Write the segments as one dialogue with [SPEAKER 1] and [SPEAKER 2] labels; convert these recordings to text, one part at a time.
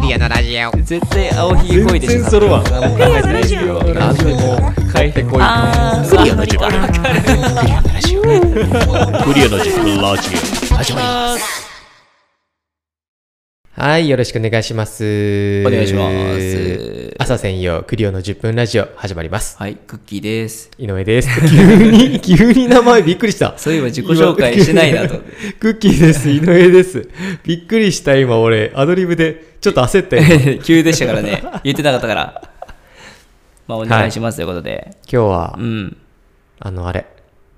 [SPEAKER 1] リアのラジオ
[SPEAKER 2] 絶対青ひげこいでしょ
[SPEAKER 3] 全然揃わん
[SPEAKER 2] 何も考えてないですけど
[SPEAKER 3] ラジオ変えてこい
[SPEAKER 2] あー
[SPEAKER 4] クリアの時間
[SPEAKER 2] わかる
[SPEAKER 4] クリアの時間ラジオ始まります
[SPEAKER 1] はいよろしくお願いします
[SPEAKER 2] お願いします
[SPEAKER 1] 朝専用クリオの10分ラジオ始まります
[SPEAKER 2] はいクッキーです
[SPEAKER 1] 井上です 急に急に名前びっくりした
[SPEAKER 2] そういえば自己紹介してないなと
[SPEAKER 1] 今クッキーです井上ですびっくりした今俺アドリブでちょっと焦ったよ 今
[SPEAKER 2] 急でしたからね言ってなかったからまあお願いしますということで、
[SPEAKER 1] 日は
[SPEAKER 2] うん
[SPEAKER 1] あのあれ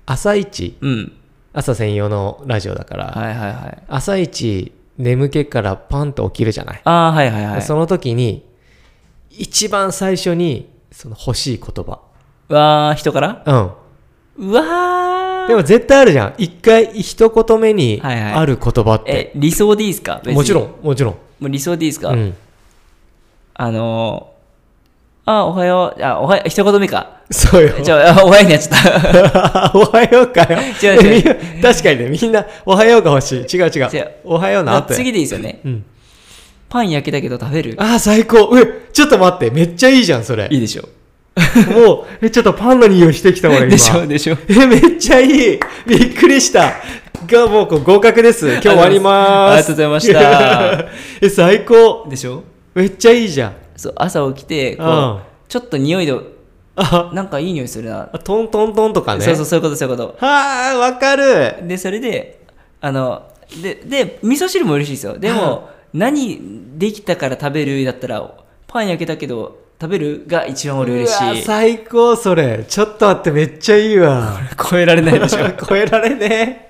[SPEAKER 1] 朝一
[SPEAKER 2] うん
[SPEAKER 1] 朝専用のラジオだから、
[SPEAKER 2] はいはいはい
[SPEAKER 1] 朝一眠気からパンと起きるじゃない
[SPEAKER 2] ああはいはいはい
[SPEAKER 1] その時に一番最初にその欲しい言葉
[SPEAKER 2] うわー人から
[SPEAKER 1] う
[SPEAKER 2] うわ
[SPEAKER 1] ん
[SPEAKER 2] ー
[SPEAKER 1] でも絶対あるじゃん一回一言目に
[SPEAKER 2] はいはい
[SPEAKER 1] ある言葉って、
[SPEAKER 2] え理想でいいですか
[SPEAKER 1] もちろ
[SPEAKER 2] ん
[SPEAKER 1] んもちろん、
[SPEAKER 2] もう理想でいいですか、
[SPEAKER 1] うん、
[SPEAKER 2] あのー、あーおはようあおはよう一言目 か
[SPEAKER 1] そうよ
[SPEAKER 2] じゃああおはようになっちゃった
[SPEAKER 1] おはようかよ
[SPEAKER 2] 違う違う
[SPEAKER 1] えみんな確かにねみんなおはようが欲しい違う違う
[SPEAKER 2] 違う
[SPEAKER 1] おはようの後や
[SPEAKER 2] 次でいいですよね、
[SPEAKER 1] うん
[SPEAKER 2] パン焼けたけど食べる
[SPEAKER 1] ああ最高えちょっと待ってめっちゃいいじゃんそれ
[SPEAKER 2] いいでしょ
[SPEAKER 1] もうえちょっとパンの匂いしてきた俺今
[SPEAKER 2] でしょでしょ
[SPEAKER 1] えめっちゃいいびっくりしたがもうこう合格です今日終わり
[SPEAKER 2] あ
[SPEAKER 1] まー
[SPEAKER 2] りが
[SPEAKER 1] す
[SPEAKER 2] とうございました
[SPEAKER 1] え最高
[SPEAKER 2] でしょ
[SPEAKER 1] めっちゃいいじゃん
[SPEAKER 2] そう朝起きてこう、
[SPEAKER 1] うん
[SPEAKER 2] ちょっと匂いで
[SPEAKER 1] あ
[SPEAKER 2] なんかいい匂いするな、
[SPEAKER 1] トントントンとかね
[SPEAKER 2] そうそうそういうことそういうこ
[SPEAKER 1] はあわかる
[SPEAKER 2] とでそれであのでで味噌汁も嬉しいですよでも何できたから食べるだったらパン焼けたけど食べるが一番俺嬉
[SPEAKER 1] うわ
[SPEAKER 2] しい
[SPEAKER 1] 最高それちょっと待ってめっちゃいいわ
[SPEAKER 2] 超えられないでし ょ
[SPEAKER 1] 超えられねえ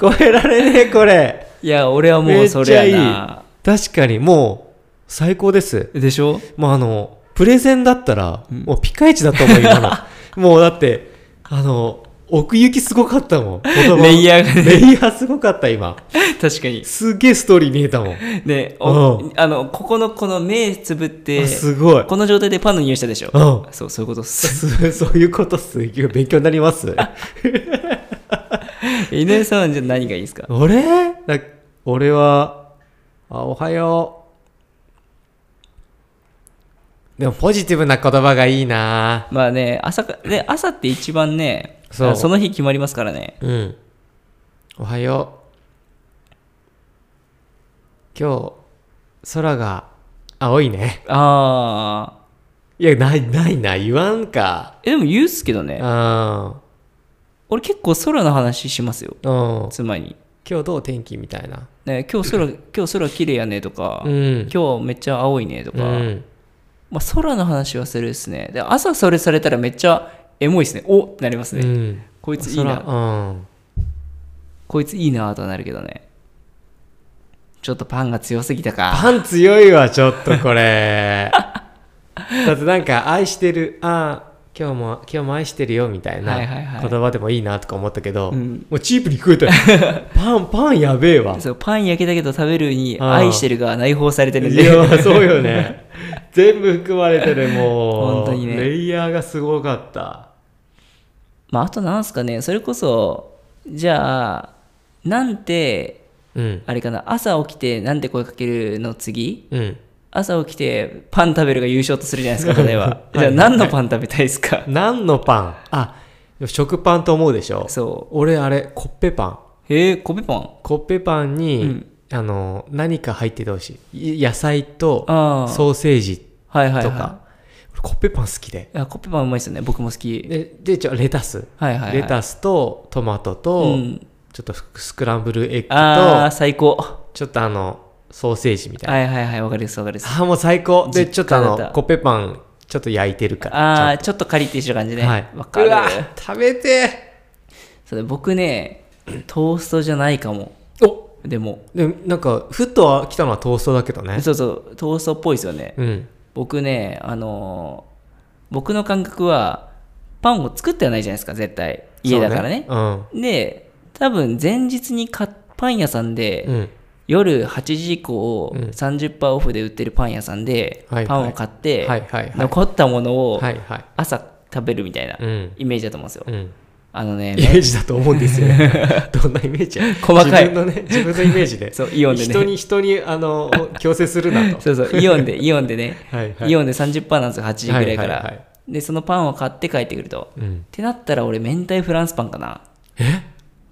[SPEAKER 1] 超えられねえこれ
[SPEAKER 2] いや俺はも
[SPEAKER 1] め
[SPEAKER 2] う
[SPEAKER 1] っ
[SPEAKER 2] そ
[SPEAKER 1] ちゃ
[SPEAKER 2] れ
[SPEAKER 1] いい
[SPEAKER 2] やな
[SPEAKER 1] 確かにもう最高です
[SPEAKER 2] でしょ
[SPEAKER 1] もうあの、プレゼンだったら、もうピカイチだと思う、今の。 もうだって、あの、奥行きすごかったもん。言葉
[SPEAKER 2] レイヤーがね
[SPEAKER 1] レイヤーすごかった、今。
[SPEAKER 2] 確かに
[SPEAKER 1] すげえストーリー見えたもん。
[SPEAKER 2] ねお
[SPEAKER 1] う
[SPEAKER 2] あのここのこの目つぶって
[SPEAKER 1] あすごい。
[SPEAKER 2] この状態でパンの匂いしたでしょ
[SPEAKER 1] うん
[SPEAKER 2] そうそういうことっす
[SPEAKER 1] すそういうことっす。勉強になります。
[SPEAKER 2] 井上さんはじゃあ何がいいですか
[SPEAKER 1] 俺だ俺は、あ、おはよう。でも、ポジティブな言葉がいいな
[SPEAKER 2] まあね朝かね朝って一番ね
[SPEAKER 1] そう
[SPEAKER 2] あその日決まりますからね
[SPEAKER 1] うん。おはよう。今日、空が青いね。
[SPEAKER 2] ああ
[SPEAKER 1] いや、ない、ないな、言わんか。
[SPEAKER 2] えでも言うっすけどね
[SPEAKER 1] うん。
[SPEAKER 2] 俺結構空の話しますよ
[SPEAKER 1] うん。
[SPEAKER 2] 妻に、
[SPEAKER 1] 今日どう天気みたいな。
[SPEAKER 2] ね、今日 空今日空綺麗やねとか、
[SPEAKER 1] うん。
[SPEAKER 2] 今日めっちゃ青いねとか、
[SPEAKER 1] うん。
[SPEAKER 2] まあ、空の話はするっすねで朝それされたらめっちゃエモいっすねおってなります
[SPEAKER 1] う
[SPEAKER 2] ね、
[SPEAKER 1] ん。
[SPEAKER 2] こいついい
[SPEAKER 1] 空
[SPEAKER 2] な
[SPEAKER 1] うん。
[SPEAKER 2] こいついいなとはなるけどねちょっとパンが強すぎたか
[SPEAKER 1] パン強いわ、ちょっとこれ。 だってなんか、愛してる、ああ、今日も、今日も愛してるよ、みたいな
[SPEAKER 2] はいはいはい
[SPEAKER 1] 言葉でもいいなとか思ったけど、
[SPEAKER 2] うん
[SPEAKER 1] もうチープに食えたよ。 パン、パンやべえわ。
[SPEAKER 2] そうパン焼けたけど食べるに
[SPEAKER 1] あー
[SPEAKER 2] 愛してるが内包されてるん
[SPEAKER 1] い
[SPEAKER 2] で
[SPEAKER 1] やそう よね全部含まれてるもう
[SPEAKER 2] 本当にね
[SPEAKER 1] レイヤーがすごかった
[SPEAKER 2] まああとなんすかねそれこそじゃあなんて
[SPEAKER 1] うん
[SPEAKER 2] あれかな朝起きてなんて声かけるの次
[SPEAKER 1] うん
[SPEAKER 2] 朝起きてパン食べるが優勝とするじゃないですか例え
[SPEAKER 1] はい
[SPEAKER 2] ば
[SPEAKER 1] はい
[SPEAKER 2] じゃあ何のパン食べたいですか
[SPEAKER 1] 何のパンあ食パンと思うでしょ
[SPEAKER 2] そ
[SPEAKER 1] 俺あれコッペパン
[SPEAKER 2] うへえ米パン
[SPEAKER 1] コッペパンに、
[SPEAKER 2] うん
[SPEAKER 1] あの何か入っててほしいい野菜と
[SPEAKER 2] ああ
[SPEAKER 1] ソーセージ
[SPEAKER 2] はいはい
[SPEAKER 1] と
[SPEAKER 2] は
[SPEAKER 1] か俺コッペパン好きで
[SPEAKER 2] いいやコッペパンうまいっすよね僕も好き
[SPEAKER 1] ででじゃあレタス、
[SPEAKER 2] はいはいはい
[SPEAKER 1] レタスとトマトと、
[SPEAKER 2] うん
[SPEAKER 1] ちょっとスクランブルエッグ
[SPEAKER 2] ああ
[SPEAKER 1] と
[SPEAKER 2] 最高
[SPEAKER 1] ちょっとあのソーセージみたいな
[SPEAKER 2] はいはいはいわかりますわかります
[SPEAKER 1] ああ、もう最高。で、ち
[SPEAKER 2] 実
[SPEAKER 1] ょっと
[SPEAKER 2] 家
[SPEAKER 1] あ
[SPEAKER 2] だった
[SPEAKER 1] の、コッペパン、ちょっと焼いてるから。
[SPEAKER 2] あ
[SPEAKER 1] ち
[SPEAKER 2] あちょっとカリッてしてる感じ
[SPEAKER 1] ゃん
[SPEAKER 2] ね
[SPEAKER 1] とは
[SPEAKER 2] わ
[SPEAKER 1] い。
[SPEAKER 2] かる
[SPEAKER 1] うわ食べて
[SPEAKER 2] それ僕ねトーストじゃないかも
[SPEAKER 1] ーお
[SPEAKER 2] でも
[SPEAKER 1] でも、なんか、ふっとは来たのはトーストだけどね。
[SPEAKER 2] そうそうトーストっぽいですよね
[SPEAKER 1] うん。
[SPEAKER 2] 僕ねあのー僕の感覚はパンを作ってはないじゃないですか絶対家だからね
[SPEAKER 1] そう
[SPEAKER 2] で多分前日に買っパン屋さんで、
[SPEAKER 1] うん。うん。
[SPEAKER 2] 夜8時以降、
[SPEAKER 1] うん
[SPEAKER 2] 30%オフで売ってるパン屋さんで、
[SPEAKER 1] はいはい
[SPEAKER 2] パンを買って、
[SPEAKER 1] はいはいはい
[SPEAKER 2] 残ったものを
[SPEAKER 1] はいはい。
[SPEAKER 2] 朝食べるみたいな
[SPEAKER 1] うん。
[SPEAKER 2] イメージだと思うんですよ、
[SPEAKER 1] うん。
[SPEAKER 2] あのね
[SPEAKER 1] イメージだと思うんですよ ねどんなイメージ
[SPEAKER 2] 細かい
[SPEAKER 1] 自分のね自分のイメージ で
[SPEAKER 2] そうイオンでね
[SPEAKER 1] 人に人にあの強制する なと
[SPEAKER 2] そうそうイオンでイオンでね
[SPEAKER 1] はいはい
[SPEAKER 2] イオンで30パーなんですよ8時くらいから、
[SPEAKER 1] はいはいは
[SPEAKER 2] でそのパンを買って帰ってくると、
[SPEAKER 1] う
[SPEAKER 2] っ
[SPEAKER 1] ん、
[SPEAKER 2] てなったら俺明太フランスパンかな
[SPEAKER 1] え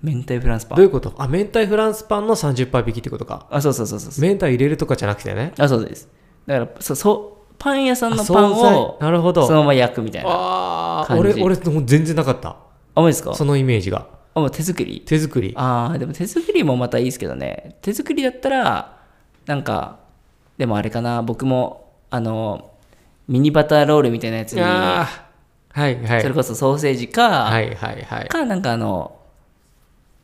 [SPEAKER 2] 明太フランスパ
[SPEAKER 1] どうい
[SPEAKER 2] ン
[SPEAKER 1] うことあ明太フランスパンの30%引きってことか
[SPEAKER 2] あそうそうそうそうそう
[SPEAKER 1] 明太入れるとかじゃなくてね
[SPEAKER 2] あそうですだからそそうパン屋さんのパ
[SPEAKER 1] あ
[SPEAKER 2] ン
[SPEAKER 1] 惣
[SPEAKER 2] を
[SPEAKER 1] 菜なるほど
[SPEAKER 2] そのまま焼くみたいなあ
[SPEAKER 1] あー
[SPEAKER 2] 感
[SPEAKER 1] 俺
[SPEAKER 2] じ
[SPEAKER 1] 俺もう全然なかった
[SPEAKER 2] マジですか
[SPEAKER 1] そのイメージが
[SPEAKER 2] あもう手作り
[SPEAKER 1] 手作り
[SPEAKER 2] ああでも手作りもまたいいですけどね手作りだったらなんかでもあれかな僕もあのミニバターロールみたいなやつに
[SPEAKER 1] あーはいはい
[SPEAKER 2] それこそソーセージか、
[SPEAKER 1] はいはいはい
[SPEAKER 2] かなんかあの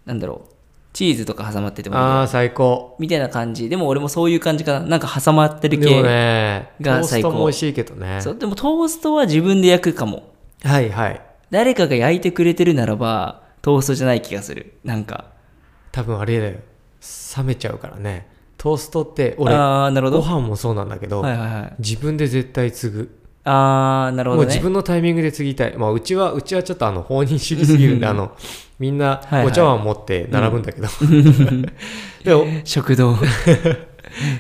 [SPEAKER 2] なんだろうチーズとか挟まっててもいい
[SPEAKER 1] ああ最高
[SPEAKER 2] みたいな感じでも俺もそういう感じかななんか挟まって
[SPEAKER 1] で
[SPEAKER 2] る系
[SPEAKER 1] もねト
[SPEAKER 2] が
[SPEAKER 1] ース
[SPEAKER 2] 最高
[SPEAKER 1] トも美味しいけどね
[SPEAKER 2] そうでもトーストは自分で焼くかも
[SPEAKER 1] はいはい
[SPEAKER 2] 誰かが焼いてくれてるならばトーストじゃない気がするなんか
[SPEAKER 1] 多分あれだよ冷めちゃうからねトーストって俺
[SPEAKER 2] ああなるほ
[SPEAKER 1] ご
[SPEAKER 2] どは
[SPEAKER 1] 飯もそうなんだけど、
[SPEAKER 2] いはいはい
[SPEAKER 1] 自分で絶対継ぐ、
[SPEAKER 2] ああなるほ
[SPEAKER 1] もう
[SPEAKER 2] ど
[SPEAKER 1] 自
[SPEAKER 2] ね
[SPEAKER 1] 分のタイミングで継ぎたい、まあ、うちはうちはちょっとあの放任主義すぎるんであのみんない
[SPEAKER 2] はい
[SPEAKER 1] お茶碗持って並ぶんだ けど、でも
[SPEAKER 2] 食堂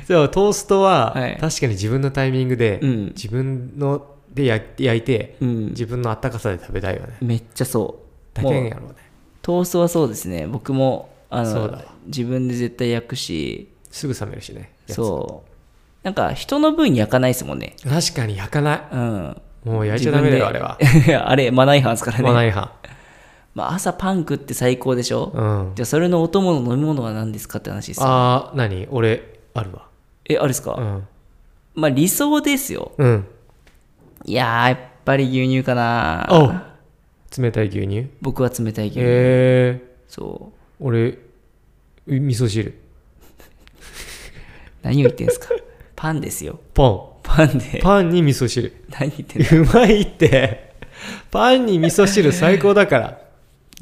[SPEAKER 1] でもトーストは
[SPEAKER 2] はい
[SPEAKER 1] 確かに自分のタイミングで、
[SPEAKER 2] うん
[SPEAKER 1] 自分のでや焼いて、
[SPEAKER 2] うん
[SPEAKER 1] 自分のあったかさで食べたいよね
[SPEAKER 2] めっちゃそう
[SPEAKER 1] だけん
[SPEAKER 2] もう
[SPEAKER 1] やろうね
[SPEAKER 2] トーストはそうですね僕もあ
[SPEAKER 1] そうだわ
[SPEAKER 2] の自分で絶対焼くし
[SPEAKER 1] すぐ冷めるしね
[SPEAKER 2] そうなんか人の分焼かないですもんね
[SPEAKER 1] う確かに焼かない
[SPEAKER 2] うん
[SPEAKER 1] もう焼いちゃダメだよあ
[SPEAKER 2] 自
[SPEAKER 1] れは
[SPEAKER 2] 分で あれマナー違反ですから
[SPEAKER 1] マナ
[SPEAKER 2] ね、
[SPEAKER 1] ー違反
[SPEAKER 2] まあ、朝パン食って最高でしょ、
[SPEAKER 1] うん
[SPEAKER 2] じゃあそれのお供の飲み物は何ですかって話ですよ
[SPEAKER 1] ああ何俺あるわ
[SPEAKER 2] えあれですか、
[SPEAKER 1] うん
[SPEAKER 2] まあ理想ですよ
[SPEAKER 1] うん
[SPEAKER 2] いやーやっぱり牛乳かな
[SPEAKER 1] お冷たい牛乳
[SPEAKER 2] 僕は冷たい牛乳、
[SPEAKER 1] えー、
[SPEAKER 2] そう
[SPEAKER 1] 俺味噌汁
[SPEAKER 2] 何を言ってんすか パンですよ
[SPEAKER 1] パン
[SPEAKER 2] パンで
[SPEAKER 1] パンに味噌汁
[SPEAKER 2] 何言ってんの
[SPEAKER 1] うまいってパンに味噌汁最高だから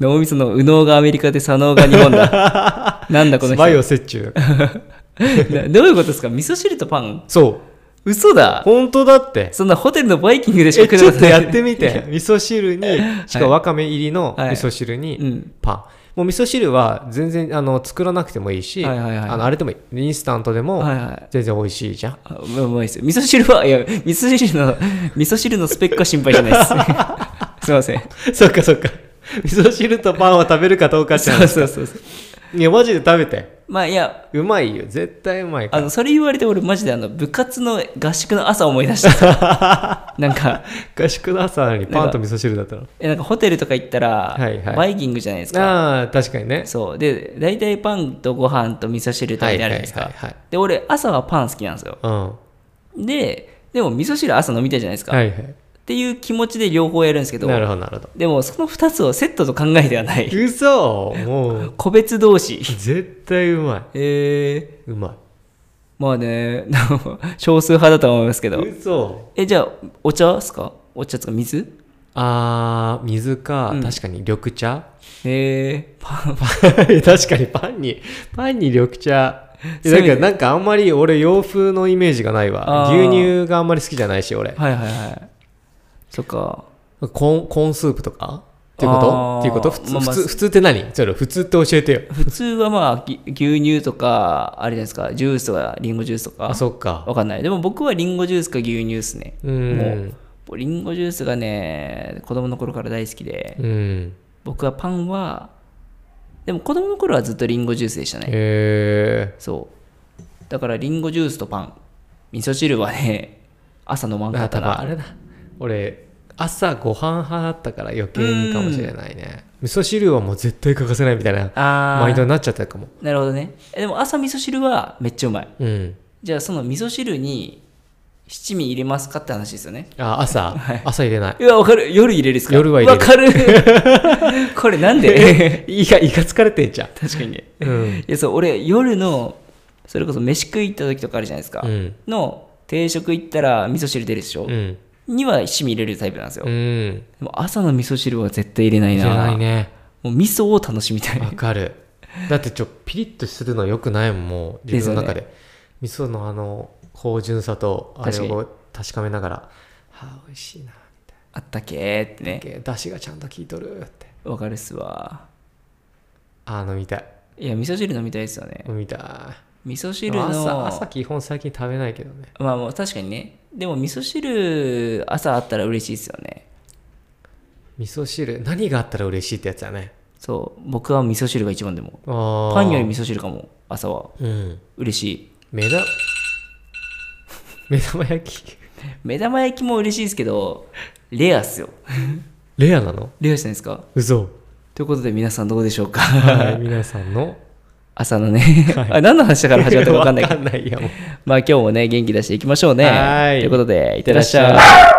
[SPEAKER 2] 脳みその右脳がアメリカで左脳が日本だ なん だこの人
[SPEAKER 1] バイオ折衷
[SPEAKER 2] な どういうことですか味噌汁とパン
[SPEAKER 1] そう
[SPEAKER 2] 嘘だ
[SPEAKER 1] 本当だって
[SPEAKER 2] そんなホテルのバイキングで
[SPEAKER 1] え
[SPEAKER 2] しか
[SPEAKER 1] ちょっとや
[SPEAKER 2] い
[SPEAKER 1] ってみて味噌汁にしかもわかめ入りの
[SPEAKER 2] はい
[SPEAKER 1] 味噌 汁
[SPEAKER 2] う
[SPEAKER 1] に
[SPEAKER 2] ん
[SPEAKER 1] パン、もう味噌汁は全然あの作らなくてもいいし、
[SPEAKER 2] はいはいはい
[SPEAKER 1] あのあれでもいいインスタントでも
[SPEAKER 2] はいはい
[SPEAKER 1] 全然美味しいじゃ ん
[SPEAKER 2] あうまいうまいですよ味噌汁はいや味噌汁の 味噌汁のスペックは心配じゃないです すいません
[SPEAKER 1] そっかそっか。味噌汁とパンを食べるかどうかって
[SPEAKER 2] そう
[SPEAKER 1] 話。
[SPEAKER 2] そうそうそう
[SPEAKER 1] いや、マジで食べて。
[SPEAKER 2] まあいや
[SPEAKER 1] うまいよ。絶対うまいか
[SPEAKER 2] あ
[SPEAKER 1] ら。
[SPEAKER 2] のそれ言われて俺マジであの部活の合宿の朝思い出した なんか
[SPEAKER 1] 合宿の朝なのにパンと味噌汁だったの。
[SPEAKER 2] えなんかホテルとか行ったら、
[SPEAKER 1] はいはい
[SPEAKER 2] バイキングじゃないですか
[SPEAKER 1] ああ、確かにね。
[SPEAKER 2] そうで大体パンとご飯と味噌汁とかになるじゃないですか、
[SPEAKER 1] はいはいはいはい
[SPEAKER 2] で俺朝はパン好きなんですよ
[SPEAKER 1] うん。は
[SPEAKER 2] ででも味噌汁朝飲みたいじゃないです
[SPEAKER 1] い
[SPEAKER 2] か、
[SPEAKER 1] はい。
[SPEAKER 2] っていう気持ちで両方やるんですけど
[SPEAKER 1] なるほど、なる ほど。
[SPEAKER 2] でもその2つをセットと考えてはない
[SPEAKER 1] 嘘もう、
[SPEAKER 2] 個別同士
[SPEAKER 1] 絶対うま
[SPEAKER 2] えー、
[SPEAKER 1] い。うま
[SPEAKER 2] まあね 少数派だとは思いますけ
[SPEAKER 1] い。
[SPEAKER 2] ど
[SPEAKER 1] 嘘
[SPEAKER 2] えじゃあお茶っすかお茶っすか水
[SPEAKER 1] あー、水か、
[SPEAKER 2] うん
[SPEAKER 1] 確かに緑茶
[SPEAKER 2] えー、パン
[SPEAKER 1] 確かにパンに、パンに緑茶。えだけどなんかあんまり俺洋風のイメージがないわ。
[SPEAKER 2] あー
[SPEAKER 1] 牛乳があんまり好きじゃないし、俺。
[SPEAKER 2] はいはいはいそっか
[SPEAKER 1] コーン、コーンスープとかっていうこと
[SPEAKER 2] あー
[SPEAKER 1] っていうこと普通、
[SPEAKER 2] まあまあ
[SPEAKER 1] 普通、普通って何それ普通って教えてよ。
[SPEAKER 2] 普通はまあぎ牛乳とかあれじゃないですかジュースとかリンゴジュースとか
[SPEAKER 1] あ、そっか。
[SPEAKER 2] わかんないでも僕はリンゴジュースか牛乳ですね
[SPEAKER 1] う
[SPEAKER 2] も
[SPEAKER 1] ん。
[SPEAKER 2] うリンゴジュースがね子供の頃から大好きで
[SPEAKER 1] うん。
[SPEAKER 2] 僕はパンはでも子供の頃はずっとリンゴジュースでしたね
[SPEAKER 1] え
[SPEAKER 2] そうだからリンゴジュースとパン味噌汁はね 朝飲まん
[SPEAKER 1] ー。
[SPEAKER 2] か
[SPEAKER 1] あ、
[SPEAKER 2] った
[SPEAKER 1] 多分あ
[SPEAKER 2] ら
[SPEAKER 1] れだ。俺、朝ご飯派だったから余計にかもしれないね。味噌汁はもう絶対欠かせないみたいな
[SPEAKER 2] あ
[SPEAKER 1] マインド
[SPEAKER 2] ー
[SPEAKER 1] になっちゃったかも。
[SPEAKER 2] なるほどねえでも朝味噌汁はめっちゃうまい
[SPEAKER 1] うん。
[SPEAKER 2] じゃあその味噌汁に七味入れますかって話ですよね
[SPEAKER 1] あ、朝、朝入れない。
[SPEAKER 2] いや、わかる。夜入れるっすか
[SPEAKER 1] 夜は入れる
[SPEAKER 2] わかる。 これなんで
[SPEAKER 1] いや、いか疲れてんじゃん。
[SPEAKER 2] 確かにね。
[SPEAKER 1] うん。
[SPEAKER 2] いや、そう、俺、夜の、それこそ飯食い行った時とかあるじゃないですか。
[SPEAKER 1] うん。
[SPEAKER 2] の、定食行ったら味噌汁出るでしょ、
[SPEAKER 1] うん。
[SPEAKER 2] には七味入れるタイプなんですよ。
[SPEAKER 1] う
[SPEAKER 2] で
[SPEAKER 1] ん。
[SPEAKER 2] も朝の味噌汁は絶対入れない
[SPEAKER 1] い
[SPEAKER 2] な。
[SPEAKER 1] らないね。
[SPEAKER 2] もう味噌を楽しみたい。
[SPEAKER 1] わかる。だってちょ、ピリッとするのよくないもん、もう、自分の中で。味噌のあの、芳醇さと、あれ
[SPEAKER 2] 確か
[SPEAKER 1] を確かめながら、はあ、美味しいな、み
[SPEAKER 2] あったけーってね。
[SPEAKER 1] たいな。出汁がちゃんと効いとるって。
[SPEAKER 2] わかるっすわ
[SPEAKER 1] あ飲みたい
[SPEAKER 2] いや味噌汁飲みたいですよね
[SPEAKER 1] 飲みた
[SPEAKER 2] 味噌
[SPEAKER 1] い
[SPEAKER 2] 汁の
[SPEAKER 1] 朝朝基本最近食べないけどね
[SPEAKER 2] まあもう確かにねでも味噌汁朝あったら嬉しいですよね
[SPEAKER 1] 味噌汁何があったら嬉しいってやつだね
[SPEAKER 2] そう僕は味噌汁が一番でも
[SPEAKER 1] あ
[SPEAKER 2] パンより味噌汁かも朝は
[SPEAKER 1] 噌うん
[SPEAKER 2] 嬉しい
[SPEAKER 1] 目だ目玉焼き
[SPEAKER 2] 目玉焼きも嬉しいですけどレアっすよ
[SPEAKER 1] レアなの
[SPEAKER 2] レアじゃないですか
[SPEAKER 1] 嘘
[SPEAKER 2] ということで皆さんどうでしょうか
[SPEAKER 1] はい皆さんの
[SPEAKER 2] 朝のね、あ何の話だから始まったか分 かんないけど
[SPEAKER 1] わかんないやもう
[SPEAKER 2] まあ今日もね元気出していきましょうね
[SPEAKER 1] はい
[SPEAKER 2] ということでいってらっしゃい